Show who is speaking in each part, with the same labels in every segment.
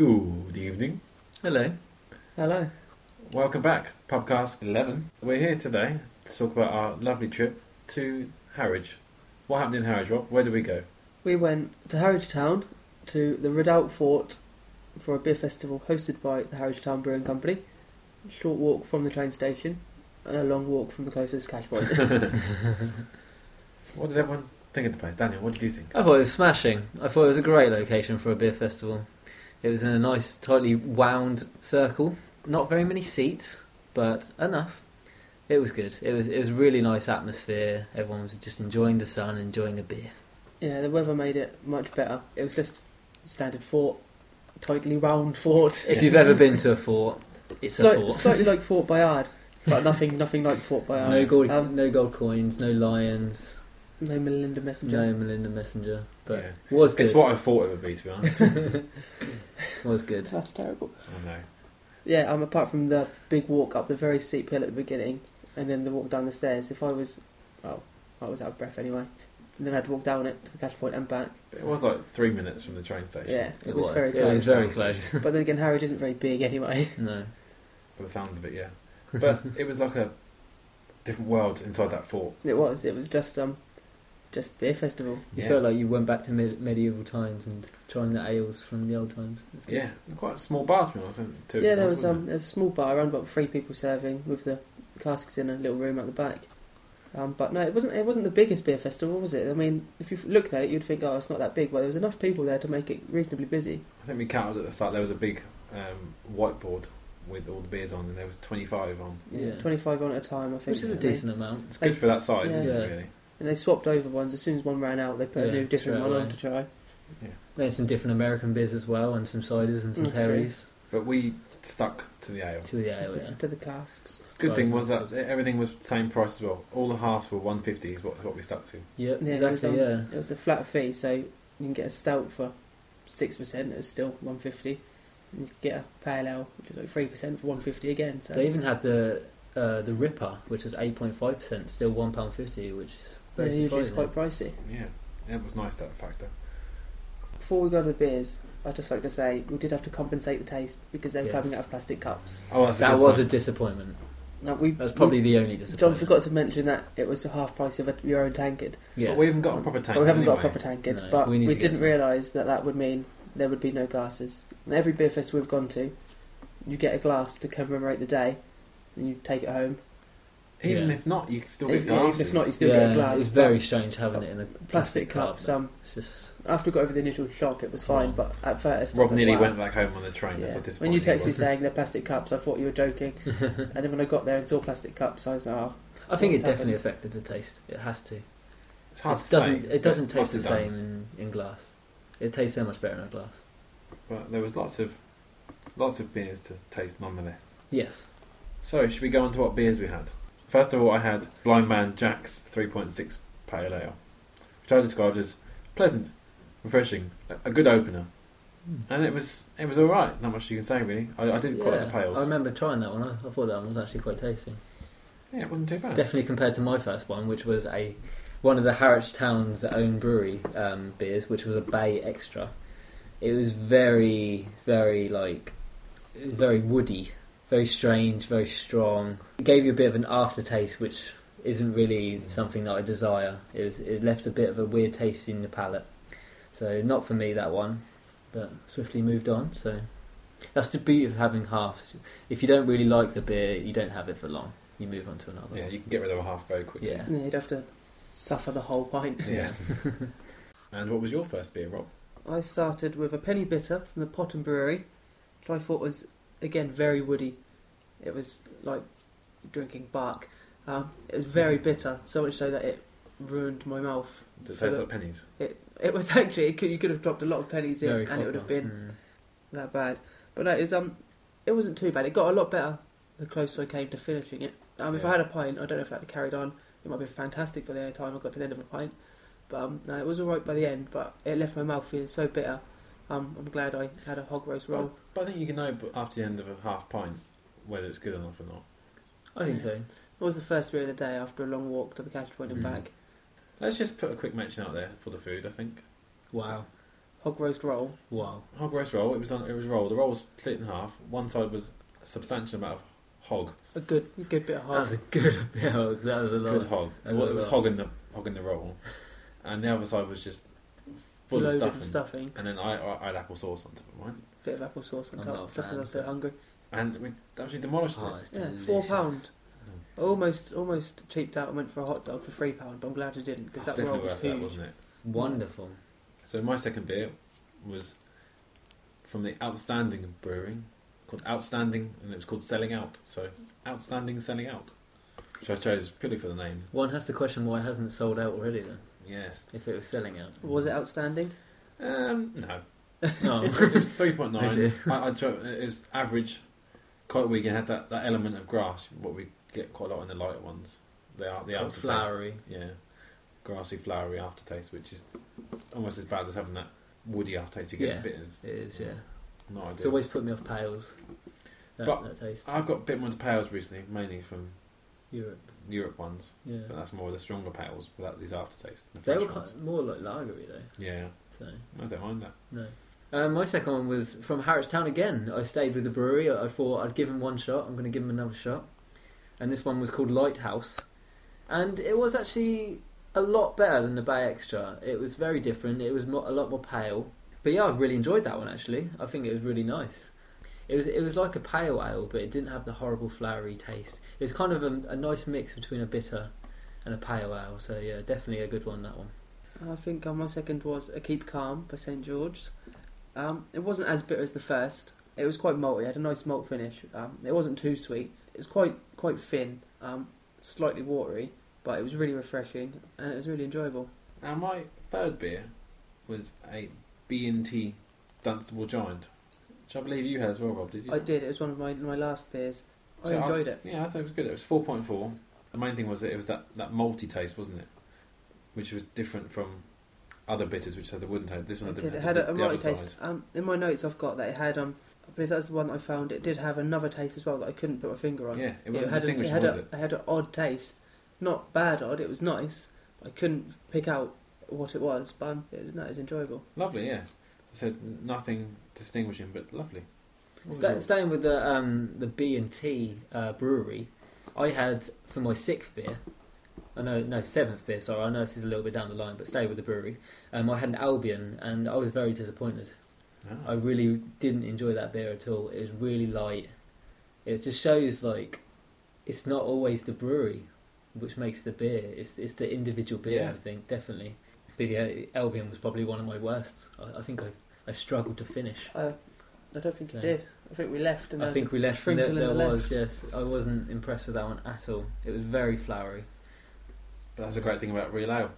Speaker 1: Good evening.
Speaker 2: Hello. Hello.
Speaker 1: Welcome back, Pubcast 11. We're here today to talk about our lovely trip to Harwich. What happened in Harwich, Rob? Where did we go?
Speaker 2: We went to Harwich Town to the Redoubt Fort for a beer festival hosted by the Harwich Town Brewing Company. Short walk from the train station and a long walk from the closest cash point.
Speaker 1: What did everyone think of the place? Daniel, what did you think?
Speaker 3: I thought it was smashing. I thought it was a great location for a beer festival. It was in a nice, tightly wound circle. Not very many seats, but enough. It was good. It was it was really nice atmosphere. Everyone was just enjoying the sun, enjoying a beer.
Speaker 2: yeah, the weather made it much better. It was just standard fort, tightly round fort.
Speaker 3: If you've ever been to a fort, it's
Speaker 2: Slight-
Speaker 3: a fort.
Speaker 2: slightly like Fort Bayard, but nothing, nothing like Fort Bayard.
Speaker 3: no gold,
Speaker 2: Um,
Speaker 3: no gold coins, no lions,
Speaker 2: no Melinda
Speaker 3: no
Speaker 2: Messenger.
Speaker 3: Melinda Messenger. But
Speaker 1: Yeah.
Speaker 3: was good.
Speaker 1: It's what I thought it would be, to be honest.
Speaker 3: was good.
Speaker 2: That's terrible.
Speaker 1: I know.
Speaker 2: Yeah, um, apart from the big walk up the very steep hill at the beginning, and then the walk down the stairs. If I was, well, I was out of breath anyway. And then I had to walk down it to the cash point and back.
Speaker 1: It was like three minutes from the train station.
Speaker 2: Yeah, it,
Speaker 3: It
Speaker 2: was,
Speaker 3: was.
Speaker 2: very
Speaker 3: It
Speaker 2: close.
Speaker 3: was very close.
Speaker 2: but then again, Harwich isn't very big anyway.
Speaker 3: no.
Speaker 1: By the sounds of it, yeah. But it was like a different world inside that fort.
Speaker 2: It was. It was just um, just beer festival.
Speaker 3: You
Speaker 1: Yeah.
Speaker 3: felt like you went back to med- medieval times and trying the ales from the old times. It's good.
Speaker 1: Yeah, quite a small bar, to be honest. wasn't it? Two
Speaker 2: yeah,
Speaker 1: people,
Speaker 2: there was
Speaker 1: wasn't
Speaker 2: um, there was a small bar around about three people serving with the casks in a little room at the back. Um, but no, it wasn't. It wasn't the biggest beer festival, was it? I mean, if you looked at it, you'd think, oh, it's not that big. But there was enough people there to make it reasonably busy.
Speaker 1: I think we counted at the start. There was a big um, whiteboard with all the beers on, and there was twenty-five on.
Speaker 2: Yeah,
Speaker 3: Yeah.
Speaker 2: 25 on at a time, I think.
Speaker 3: Which is a
Speaker 2: didn't they?
Speaker 3: decent amount.
Speaker 1: It's good for that size,
Speaker 2: Yeah.
Speaker 1: isn't
Speaker 3: Yeah.
Speaker 1: it? Really.
Speaker 2: And they swapped over ones. As soon as one ran out, they put a
Speaker 3: Yeah,
Speaker 2: new different
Speaker 3: straight
Speaker 2: one on
Speaker 3: away.
Speaker 2: to try.
Speaker 3: There's some different American beers as well, and some ciders and some
Speaker 2: That's true.
Speaker 3: perries
Speaker 1: But we stuck to the ale.
Speaker 3: to the ale. Yeah.
Speaker 2: To the casks.
Speaker 1: Good thing was
Speaker 3: Guys,
Speaker 1: that everything was the same price as well. All the halves were one fifty. Is what what we stuck to.
Speaker 3: Yep,
Speaker 2: Yeah, it was,
Speaker 3: exactly. Yeah,
Speaker 2: It was a flat fee, so you can get a stout for 6%, it was still 150 And you could get a pale ale, which is like 3% for 150 again. So
Speaker 3: they even had the uh, the Ripper, which was 8.5 percent, still one pound fifty, which is
Speaker 2: yeah,
Speaker 3: very
Speaker 2: usually it's
Speaker 3: surprising.
Speaker 2: quite pricey.
Speaker 1: Yeah, it was nice that factor.
Speaker 2: Before we go to the beers, I'd just like to say we did have to compensate the taste because they were
Speaker 3: Yes.
Speaker 2: coming out of plastic cups.
Speaker 1: Oh, that's a
Speaker 3: That
Speaker 1: good
Speaker 3: was a
Speaker 1: point.
Speaker 3: disappointment.
Speaker 2: Now, we,
Speaker 3: That was probably
Speaker 2: we-
Speaker 3: the only
Speaker 2: John
Speaker 3: disappointment.
Speaker 2: forgot to mention that it was the half price of a, your own tankard.
Speaker 3: Yes.
Speaker 1: But we haven't got a proper tank.
Speaker 2: But we haven't got a
Speaker 1: anyway.
Speaker 2: proper tankard.
Speaker 3: No,
Speaker 2: but
Speaker 3: we
Speaker 2: we,
Speaker 3: need to get
Speaker 2: didn't
Speaker 3: some.
Speaker 2: realise that that would mean there would be no glasses. And every beer fest we've gone to, you get a glass to commemorate the day, and you take it home.
Speaker 1: Even
Speaker 3: Yeah.
Speaker 1: if not, you can still
Speaker 2: If,
Speaker 1: get
Speaker 2: yeah,
Speaker 1: glasses.
Speaker 2: even if not, you still
Speaker 3: yeah,
Speaker 2: get a glass.
Speaker 3: It's
Speaker 2: but
Speaker 3: very strange having it in a
Speaker 2: plastic
Speaker 3: cup.
Speaker 2: cups. Um,
Speaker 3: It's just
Speaker 2: after we got over the initial shock, it was fine.
Speaker 3: Oh.
Speaker 2: But at first, I
Speaker 1: Rob
Speaker 2: was like,
Speaker 1: nearly
Speaker 2: wow.
Speaker 1: went back home on the train. That's
Speaker 2: Yeah.
Speaker 1: how disappointing.
Speaker 2: When you texted
Speaker 1: it
Speaker 2: me
Speaker 1: was.
Speaker 2: saying they're plastic cups, I thought you were joking. and then when I got there and saw plastic cups, I was like, oh,
Speaker 3: I think
Speaker 2: What's
Speaker 3: it definitely
Speaker 2: happened?
Speaker 3: affected the taste. It has to.
Speaker 1: it's hard
Speaker 3: it
Speaker 1: to
Speaker 3: doesn't.
Speaker 1: say,
Speaker 3: it
Speaker 1: but
Speaker 3: doesn't taste the
Speaker 1: must have done.
Speaker 3: same in, in glass. It tastes so much better in a glass.
Speaker 1: But there was lots of lots of beers to taste nonetheless.
Speaker 3: Yes.
Speaker 1: So should we go on to what beers we had? First of all, I had Blind Man Jack's 3.6 Pale Ale, which I described as pleasant, refreshing, a- a good opener, and it was it was all right. Not much you can say really. I, I did quite like the
Speaker 3: Yeah, I
Speaker 1: pales.
Speaker 3: remember trying that one. I, I thought that one was actually quite tasty.
Speaker 1: Yeah, it wasn't too bad.
Speaker 3: Definitely compared to my first one, which was a one of the Harwich Town's own brewery um, beers, which was a Bay Extra. It was very, very like it was very woody, very strange, very strong. It gave you a bit of an aftertaste, which isn't really something that I desire. It was it left a bit of a weird taste in the palate, so not for me that one. But swiftly moved on. So that's the beauty of having halves. If you don't really like the beer, you don't have it for long. You move on to another.
Speaker 1: Yeah, you can get rid of a half very quickly.
Speaker 3: Yeah.
Speaker 2: yeah, you'd have to suffer the whole pint.
Speaker 1: Yeah. and what was your first beer, Rob?
Speaker 2: I started with a penny bitter from the Pot and Brewery, which I thought was again very woody. It was like drinking bark. Um, it was very
Speaker 3: Mm-hmm.
Speaker 2: bitter, so much so that it ruined my mouth.
Speaker 1: Did it
Speaker 2: For
Speaker 1: taste
Speaker 2: the-
Speaker 1: like pennies?
Speaker 2: It was actually it could, you could have dropped a lot of pennies in,
Speaker 3: Very
Speaker 2: and it would have
Speaker 3: copper.
Speaker 2: been that bad. But no, it was um, it wasn't too bad. It got a lot better the closer I came to finishing it. Um, if
Speaker 1: Yeah.
Speaker 2: I had a pint, I don't know if that carried on. It might have been fantastic by the time I got to the end of a pint. But um, no, it was all right by the end. But it left my mouth feeling so bitter. Um, I'm glad I had a hog roast roll.
Speaker 1: But I think you can know b- after the end of a half pint whether it's good enough or not.
Speaker 3: I think so.
Speaker 2: It was the first beer of the day after a long walk to the cash point and
Speaker 3: Mm.
Speaker 2: back.
Speaker 1: Let's just put a quick mention out there for the food. I think
Speaker 3: Wow.
Speaker 2: hog roast roll.
Speaker 3: Wow.
Speaker 1: Hog roast roll. It was on. It was roll. The roll was split in half. One side was a substantial amount of hog.
Speaker 2: A good, good bit of
Speaker 3: That was
Speaker 2: hog.
Speaker 3: a good hog. That was a lot.
Speaker 1: Good hog.
Speaker 3: I
Speaker 1: Well,
Speaker 3: love
Speaker 1: it was
Speaker 3: that.
Speaker 1: hog in the hog in the roll, and the other side was just full of
Speaker 2: Loaded
Speaker 1: stuffing.
Speaker 2: with stuffing.
Speaker 1: And then I, I, I had apple sauce on top of mine,
Speaker 2: Bit of applesauce on
Speaker 3: I'm not
Speaker 2: top.
Speaker 3: a
Speaker 2: Just because I
Speaker 3: fan,
Speaker 2: was so
Speaker 3: but-
Speaker 2: hungry.
Speaker 1: and we actually demolished
Speaker 3: Oh,
Speaker 1: it.
Speaker 3: it's
Speaker 2: Yeah,
Speaker 3: delicious.
Speaker 2: four pound. I
Speaker 1: Mm.
Speaker 2: almost, almost cheaped out and went for a hot dog for three pound. But I'm glad I didn't because that roll
Speaker 1: Definitely
Speaker 2: was
Speaker 1: worth that,
Speaker 2: huge.
Speaker 1: wasn't it?
Speaker 3: Wonderful.
Speaker 1: So my second beer was from the Outstanding Brewery, called Outstanding, and it was called Selling Out. So Outstanding Selling Out, which I chose purely for the name.
Speaker 3: One has to question why it hasn't sold out already then,
Speaker 1: Yes.
Speaker 3: if it was selling out.
Speaker 2: Was it outstanding?
Speaker 1: Um, no.
Speaker 3: Oh.
Speaker 1: it was three point
Speaker 3: I do.
Speaker 1: nine. I, I tro- it was average, quite weak, and had that, that element of grass, what we get quite a lot in the lighter ones. They are the aftertaste.
Speaker 3: flowery.
Speaker 1: Yeah, grassy, flowery aftertaste, which is almost as bad as having that woody aftertaste you get
Speaker 3: Yeah.
Speaker 1: in bitters.
Speaker 3: It is, yeah.
Speaker 1: Not ideal.
Speaker 3: It's always put me off pales. That,
Speaker 1: But-
Speaker 3: that taste.
Speaker 1: I've got a bit more into pales recently, mainly from
Speaker 3: Europe.
Speaker 1: Europe ones,
Speaker 3: Yeah.
Speaker 1: but that's more the stronger pales without these aftertastes. The
Speaker 3: They
Speaker 1: fresh
Speaker 3: were
Speaker 1: ones.
Speaker 3: kind more like lagery though.
Speaker 1: Yeah,
Speaker 3: So
Speaker 1: I don't mind that.
Speaker 3: no. Um, my second one was from Harrochtown again. I stayed with the brewery. I I thought I'd give him one shot. I'm going to give him another shot. And this one was called Lighthouse, and it was actually a lot better than the Bay Extra. It was very different. It was mo- a lot more pale. But yeah, I really enjoyed that one actually. I think it was really nice. It was it was like a pale ale, but it didn't have the horrible flowery taste. It was kind of a, a nice mix between a bitter and a pale ale. So yeah, definitely a good one. That one.
Speaker 2: I think uh, my second was A Keep Calm by St George's. Um, it wasn't as bitter as the first. It was quite malty. It had a nice malt finish. Um, it wasn't too sweet. It was quite quite thin, um, slightly watery, but it was really refreshing and it was really enjoyable.
Speaker 1: Now my third beer was a B and T Dunstable Giant, which I believe you had as well, Rob. Did you?
Speaker 2: I did. It was one of my my last beers. I
Speaker 1: So uh, um,
Speaker 2: enjoyed it.
Speaker 1: Yeah, I thought it was good. It was four point four. The main thing was that it was that that malty taste, wasn't it? Which was different from other bitters, which had the wooden taste. This one
Speaker 2: It
Speaker 1: didn't
Speaker 2: did. It
Speaker 1: have
Speaker 2: had
Speaker 1: the,
Speaker 2: a, a
Speaker 1: the other
Speaker 2: mighty taste.
Speaker 1: side.
Speaker 2: Um, in my notes, I've got that it had. Um, I believe that's the one I found. It did have another taste as well that I couldn't put my finger on.
Speaker 1: Yeah, it wasn't
Speaker 2: had an, it
Speaker 1: distinguishable,
Speaker 2: had
Speaker 1: was
Speaker 2: a,
Speaker 1: it?
Speaker 2: had an odd taste, not bad odd. It was nice. But I couldn't pick out what it was, but um, it was, no, it was enjoyable.
Speaker 1: Lovely, yeah. I said nothing distinguishing, but lovely. What was
Speaker 3: Sta
Speaker 1: your-
Speaker 3: staying with the um, the B and T uh, brewery, I had for my sixth beer. I know, no seventh beer. Sorry, I know this is a little bit down the line, but stay with the brewery. Um, I had an Albion, and I was very disappointed. I
Speaker 1: Ah.
Speaker 3: really didn't enjoy that beer at all. It was really light. It just shows like it's not always the brewery which makes the beer. It's it's the individual beer.
Speaker 1: Yeah.
Speaker 3: I think definitely. But yeah, Albion was probably one of my worst. I, I think I, I struggled to finish.
Speaker 2: Uh, I don't think it
Speaker 3: Okay.
Speaker 2: did. I think we left, and
Speaker 3: I
Speaker 2: there's
Speaker 3: think we left. And
Speaker 2: trinkle
Speaker 3: there,
Speaker 2: in
Speaker 3: there
Speaker 2: the
Speaker 3: was
Speaker 2: left.
Speaker 3: yes. I wasn't impressed with that one at all. It was very flowery.
Speaker 1: But that's a great thing about real ale.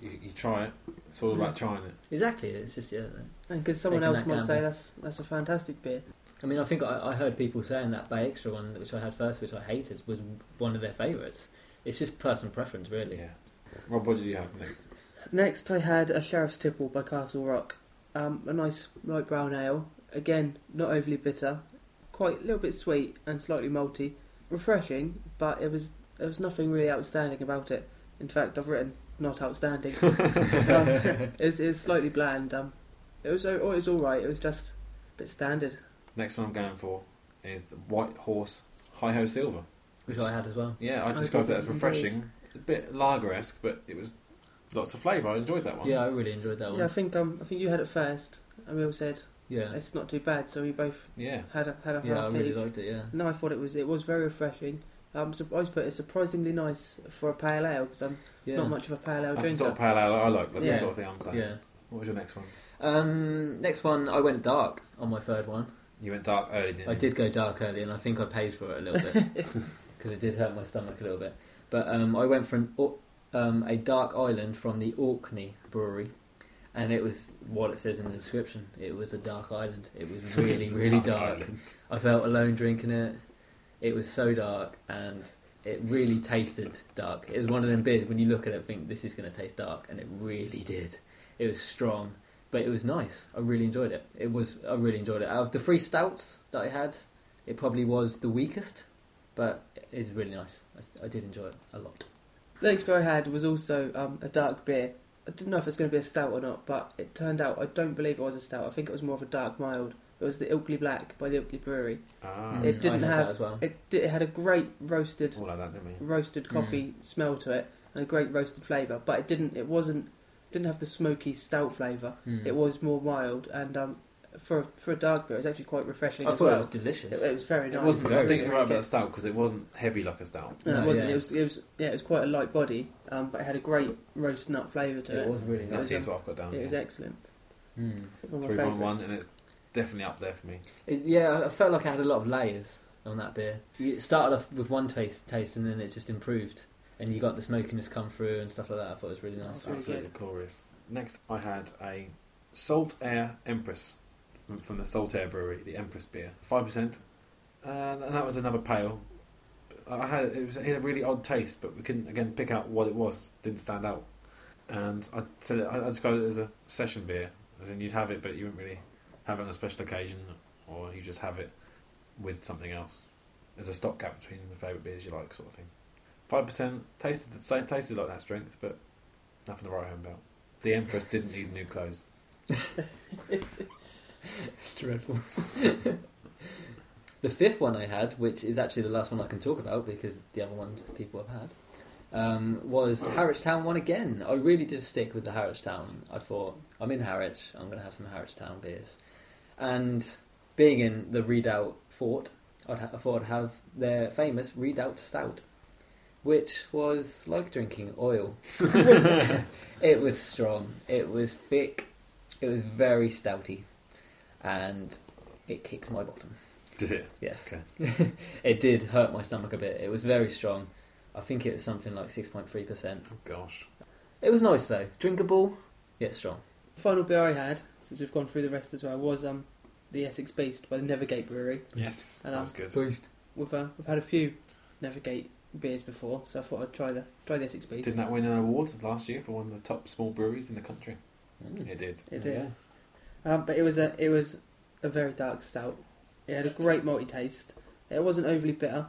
Speaker 1: You, you try it. It's all about trying it.
Speaker 3: Exactly. It's just yeah.
Speaker 2: because someone
Speaker 3: taking
Speaker 2: else
Speaker 3: that
Speaker 2: might
Speaker 3: down.
Speaker 2: say that's that's a fantastic beer.
Speaker 3: I mean, I think I, I heard people saying that Bay Extra one, which I had first, which I hated, was one of their favourites. It's just personal preference, really.
Speaker 1: Yeah. Rob, what did you have next?
Speaker 2: Next, I had a Sheriff's Tipple by Castle Rock. Um, a nice light brown ale. Again, not overly bitter, quite a little bit sweet and slightly malty. Refreshing, but it was there was nothing really outstanding about it. In fact, I've written not outstanding. um, it's, it's slightly bland. Um, it was o- it was all right. It was just a bit standard.
Speaker 1: Next one I'm going for is the White Horse Hi Ho Silver.
Speaker 3: Which I had as well.
Speaker 1: Yeah, I
Speaker 2: I
Speaker 1: described
Speaker 2: did
Speaker 1: that as refreshing, a bit lager esque, but it was lots of flavour. I enjoyed that one.
Speaker 3: Yeah, I really enjoyed that
Speaker 2: Yeah, I
Speaker 3: one.
Speaker 2: think um, I think you had it first, and we all said
Speaker 3: Yeah,
Speaker 2: it's not too bad. So we both
Speaker 1: Yeah.
Speaker 2: had a had a
Speaker 3: yeah, I
Speaker 2: half
Speaker 3: really
Speaker 2: each.
Speaker 3: liked it. Yeah,
Speaker 2: No, I thought it was it was very refreshing. Um, so I put it's surprisingly nice for a pale ale because I'm
Speaker 3: yeah,
Speaker 2: not much of a pale ale
Speaker 1: That's the
Speaker 2: drinker.
Speaker 1: sort of pale ale I like. That's the
Speaker 3: Yeah.
Speaker 1: sort of thing I'm saying.
Speaker 3: yeah.
Speaker 1: What was your next one?
Speaker 3: Um, next one, I went dark on my third one.
Speaker 1: You went dark early, didn't you?
Speaker 3: I did go dark early, and I think I paid for it a little bit because it did hurt my stomach a little bit. But um, I went for an, au- um, a dark island from the Orkney Brewery, and it was what it says in the description. It was a dark island. It was really,
Speaker 1: It's a
Speaker 3: really dark.
Speaker 1: island.
Speaker 3: I felt alone drinking it. It was so dark, and it really tasted dark. It was one of them beers when you look at it, think this is going to taste dark, and it really did. It was strong, but it was nice. I really enjoyed it. It was I really enjoyed it. Out of the three stouts that I had, it probably was the weakest, but it was really nice. I, s- I did enjoy it a lot.
Speaker 2: Next beer I had was also um, a dark beer, I didn't know if it's going to be a stout or not, but it turned out I don't believe it was a stout. I think it was more of a dark mild. It was the Ilkley Black by the Ilkley Brewery.
Speaker 1: Ah,
Speaker 2: It didn't
Speaker 3: I had
Speaker 2: have-
Speaker 3: that as well.
Speaker 2: It, di- it had a great roasted
Speaker 1: all like that, didn't we?
Speaker 3: Mm.
Speaker 2: roasted coffee smell to it and a great roasted flavour, but it didn't. It wasn't didn't have the smoky stout flavour.
Speaker 3: Mm.
Speaker 2: It was more mild and um, for for a dark beer, it was actually quite refreshing
Speaker 3: I
Speaker 2: as
Speaker 3: thought it was
Speaker 2: well. It,
Speaker 3: delicious.
Speaker 2: it was very nice.
Speaker 1: It wasn't. I
Speaker 3: very
Speaker 1: think you're right about
Speaker 2: good.
Speaker 1: the stout because it wasn't heavy like a stout.
Speaker 2: No,
Speaker 3: No,
Speaker 2: it wasn't.
Speaker 3: yeah.
Speaker 2: It was. It was. Yeah, it was quite a light body, um, but it had a great roast nut flavour to it.
Speaker 3: It was really
Speaker 2: It was,
Speaker 3: nice.
Speaker 1: That is what I've got down.
Speaker 2: It was excellent.
Speaker 3: Mm.
Speaker 2: It's one of my
Speaker 1: Three point one,
Speaker 2: favourites.
Speaker 1: and it's definitely up there for me.
Speaker 3: It, yeah, I felt like I had a lot of layers on that beer. You- It started off with one taste, taste, and then it just improved, and you got the smokiness come through and stuff like that. I thought it was really nice.
Speaker 1: It's
Speaker 2: That's really
Speaker 1: absolutely glorious. Next, I had a Salt Air Empress from- from the Salt Air Brewery, the Empress beer, five percent, and and that was another pale. I had it was it had a really odd taste, but we couldn't again pick out what it was. Didn't stand out, and I said it, I I described it as a session beer, as in you'd have it, but you wouldn't really have it on a special occasion, or you just have it with something else as a stopgap between the favourite beers you like, sort of thing. Five percent tasted the same, tasted like that strength, but Nothing to write home about. The Empress didn't need new clothes.
Speaker 3: It's dreadful. the fifth one I had, which is actually the last one I can talk about because the other ones people have had, um, was Harwich Town one again. I really did stick with the Harwich Town. I thought, I'm in Harwich, I'm going to have some Harwich Town beers. And being in the Redoubt Fort, I'd ha- I thought I'd have their famous Redoubt Stout, which was like drinking oil. it was strong, it was thick, it was very stouty and it kicked my bottom.
Speaker 1: Did it?
Speaker 3: Yes. it did hurt my stomach a bit. It was very strong. I think it was something like 6.3%.
Speaker 1: Oh gosh.
Speaker 3: It was nice though. Drinkable, yet strong.
Speaker 2: The final beer I had, since we've gone through the rest as well, was um, the Essex Beast by the Nevergate Brewery.
Speaker 1: Yes.
Speaker 2: And,
Speaker 1: That
Speaker 2: um,
Speaker 1: was good.
Speaker 3: Boost.
Speaker 2: We've uh, we've had a few Nevergate beers before, so I thought I'd try the try the Essex Beast.
Speaker 1: Didn't that win an award last year for one of the top small breweries in the country?
Speaker 3: Hmm.
Speaker 1: It did.
Speaker 2: It did. Um, but it was a it was a very dark stout. It had a great malty taste. It wasn't overly bitter,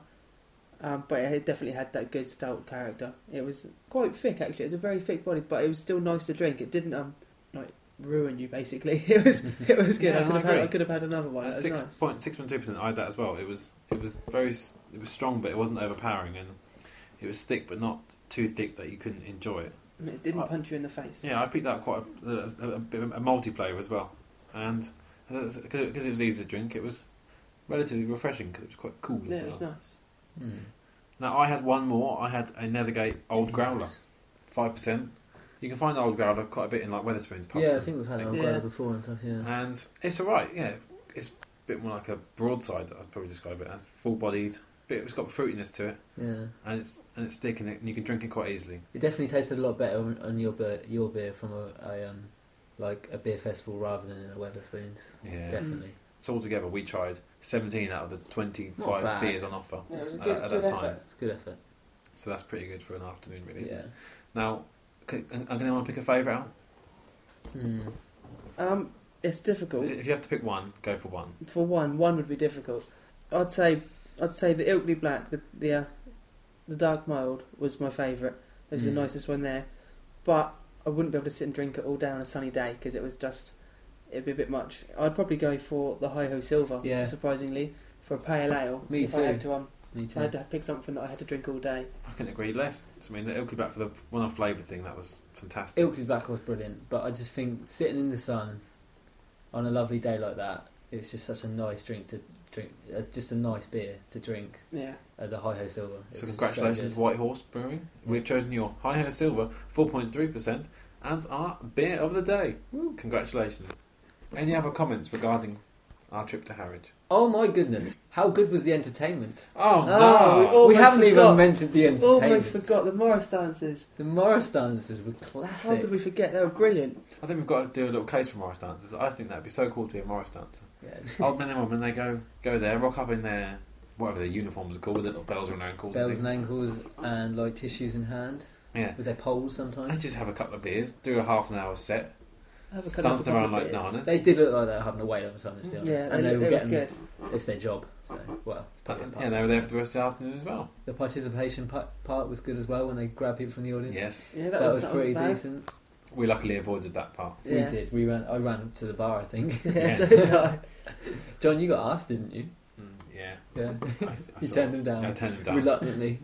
Speaker 2: um, but it had- definitely had that good stout character. It was quite thick actually. It was a very thick body, but it was still nice to drink. It didn't um like ruin you basically.
Speaker 1: Mm.
Speaker 2: It was it was good.
Speaker 1: Yeah,
Speaker 2: I could
Speaker 1: I
Speaker 2: have had I
Speaker 1: agree.
Speaker 2: could have had another one.
Speaker 1: Uh,
Speaker 2: It was
Speaker 1: Six
Speaker 2: nice.
Speaker 1: point six point two percent. I had that as well. It was it was very s- it was strong, but it wasn't overpowering, and it was thick, but not too thick that you couldn't enjoy it.
Speaker 2: It didn't
Speaker 1: Uh,
Speaker 2: punch you in the face.
Speaker 1: Yeah, I picked up quite a, a, a, bit of a multi flavour as well, and because it was easy to drink, it was relatively refreshing because it was quite cool. As
Speaker 2: Yeah,
Speaker 1: well.
Speaker 2: it was nice.
Speaker 1: Now I had one more. I had a Nethergate Old Growler, five percent. You can find Old Growler quite a bit in like Weatherspoons pubs.
Speaker 3: Yeah, I
Speaker 1: and-
Speaker 3: think we've had it on
Speaker 2: Yeah.
Speaker 3: Growler before and stuff, yeah.
Speaker 1: And it's all right. Yeah, it's a bit more like a broadside. I'd probably describe it as full-bodied. But it's got fruitiness to it,
Speaker 3: Yeah.
Speaker 1: and it's and it's thick, and, it, and you can drink it quite easily.
Speaker 3: It definitely tasted a lot better on, on your beer, your beer from a, a um, like a beer festival rather than in a Weatherspoons.
Speaker 1: Yeah.
Speaker 3: Definitely.
Speaker 1: So altogether, we tried 17 out of the 25
Speaker 3: Not bad.
Speaker 1: beers on offer
Speaker 2: Yeah, it was a
Speaker 1: at,
Speaker 2: good-
Speaker 1: at
Speaker 2: good
Speaker 1: that time.
Speaker 2: effort.
Speaker 3: It's good effort.
Speaker 1: So that's pretty good for an afternoon, really. isn't
Speaker 3: Yeah.
Speaker 1: it? Now, c- I'm going to want to pick a favourite out.
Speaker 3: Mm.
Speaker 2: Um, it's difficult.
Speaker 1: If you have to pick one, go for one.
Speaker 2: for one, one would be difficult. I'd say, I'd say the Ilkley Black, the the, uh, the Dark Mild was my favourite. It was the
Speaker 3: Mm.
Speaker 2: nicest one there, but I wouldn't be able to sit and drink it all day on a sunny day because it was just it'd be a bit much. I'd probably go for the Hi Ho Silver,
Speaker 3: Yeah.
Speaker 2: surprisingly, for a pale ale.
Speaker 3: Me
Speaker 2: if I had
Speaker 3: too.
Speaker 2: to, um,
Speaker 3: Me
Speaker 2: if I had
Speaker 3: too.
Speaker 2: to pick something that I had to drink all day.
Speaker 1: I couldn't agree less. I mean, the Ilkley back for the one-off flavour thing that was fantastic.
Speaker 3: Ilkley's back was brilliant, but I just think sitting in the sun on a lovely day like that, it's just such a nice drink to drink, uh, just a nice beer to drink
Speaker 2: Yeah,
Speaker 3: at the Hi Ho Silver. It
Speaker 1: so
Speaker 3: was
Speaker 1: congratulations,
Speaker 3: just
Speaker 1: White Horse Brewing. We've chosen your High Ho Silver, four point three percent, as our beer of the day. Woo, congratulations. Any other comments regarding our trip to Harwich?
Speaker 3: good. Oh my goodness, how good was the entertainment?
Speaker 1: Oh,
Speaker 2: Oh,
Speaker 1: no!
Speaker 2: we all-
Speaker 3: Ah, we
Speaker 2: Almost
Speaker 3: haven't
Speaker 2: forgot.
Speaker 3: even mentioned the entertainment.
Speaker 2: almost forgot the Morris dances.
Speaker 3: The Morris dances were
Speaker 2: How
Speaker 3: classic.
Speaker 2: could we forget? They were brilliant.
Speaker 1: I think we've got to do a little case for Morris dancers. I think that'd be so cool to be a Morris dancer.
Speaker 3: Yeah.
Speaker 1: Old men and women, they go go there, rock up in their whatever their uniforms are called, with little bells around ankles.
Speaker 3: Bells
Speaker 1: and
Speaker 3: and
Speaker 1: things.
Speaker 3: ankles and like tissues in hand
Speaker 1: Yeah,
Speaker 3: with their poles
Speaker 1: they
Speaker 3: sometimes.
Speaker 1: just have a couple of beers, do a half an hour set,
Speaker 2: Have a couple
Speaker 1: dance
Speaker 2: of couple
Speaker 1: around
Speaker 2: of
Speaker 1: like
Speaker 2: beers.
Speaker 1: bananas.
Speaker 3: They did look like they were having a whale of a time, let's be honest.
Speaker 2: Yeah,
Speaker 3: and
Speaker 2: they-
Speaker 3: they were
Speaker 2: it was
Speaker 3: getting
Speaker 2: good.
Speaker 3: it's their job. So well,
Speaker 1: But, yeah, they were there for the rest of the afternoon as well.
Speaker 3: The participation pa- part was good as well when they grab people from the audience.
Speaker 1: Yes.
Speaker 2: Yeah, that,
Speaker 3: that,
Speaker 2: was,
Speaker 3: was
Speaker 2: that
Speaker 3: pretty
Speaker 2: wasn't bad.
Speaker 3: decent.
Speaker 1: We luckily avoided that part.
Speaker 3: We
Speaker 2: Yeah.
Speaker 3: did. We ran. I ran to the bar. I think.
Speaker 2: Yeah, so,
Speaker 3: John, you got asked, didn't you?
Speaker 1: yeah. I,
Speaker 3: Yeah.
Speaker 1: I
Speaker 3: You
Speaker 1: sort
Speaker 3: turned
Speaker 1: of-
Speaker 3: him down.
Speaker 1: I turned him down.
Speaker 3: Reluctantly.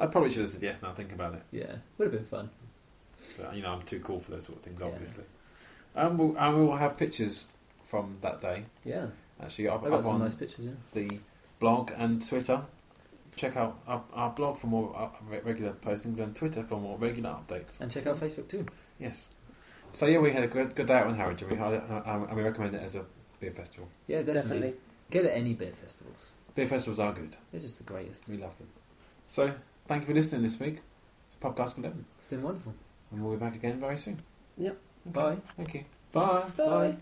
Speaker 1: I probably should have said yes now I think about it.
Speaker 3: Yeah. Would have been fun.
Speaker 1: But, you know, I'm too cool for those sort of things,
Speaker 3: Yeah.
Speaker 1: obviously. And we'll, and we'll have pictures from that day.
Speaker 3: Yeah.
Speaker 1: Actually, up,
Speaker 3: I got
Speaker 1: up
Speaker 3: some
Speaker 1: on
Speaker 3: Oh, nice pictures. Yeah.
Speaker 1: the blog and Twitter. Check out our, our blog for more uh, re- regular postings and Twitter for more regular updates.
Speaker 3: And check out Facebook too.
Speaker 1: Yes. So yeah, we had a good good day out in Harwich, and we had, uh, um, and we recommend it as a beer festival.
Speaker 3: Yeah, definitely.
Speaker 2: definitely.
Speaker 3: Get at any beer festivals.
Speaker 1: Beer festivals are good.
Speaker 3: They're just the greatest.
Speaker 1: We love them. So thank you for listening this week. It's podcast eleven,
Speaker 3: It's been wonderful.
Speaker 1: and we'll be back again very soon.
Speaker 2: Yep.
Speaker 1: Okay.
Speaker 3: Bye.
Speaker 1: Thank you. Bye.
Speaker 2: Bye.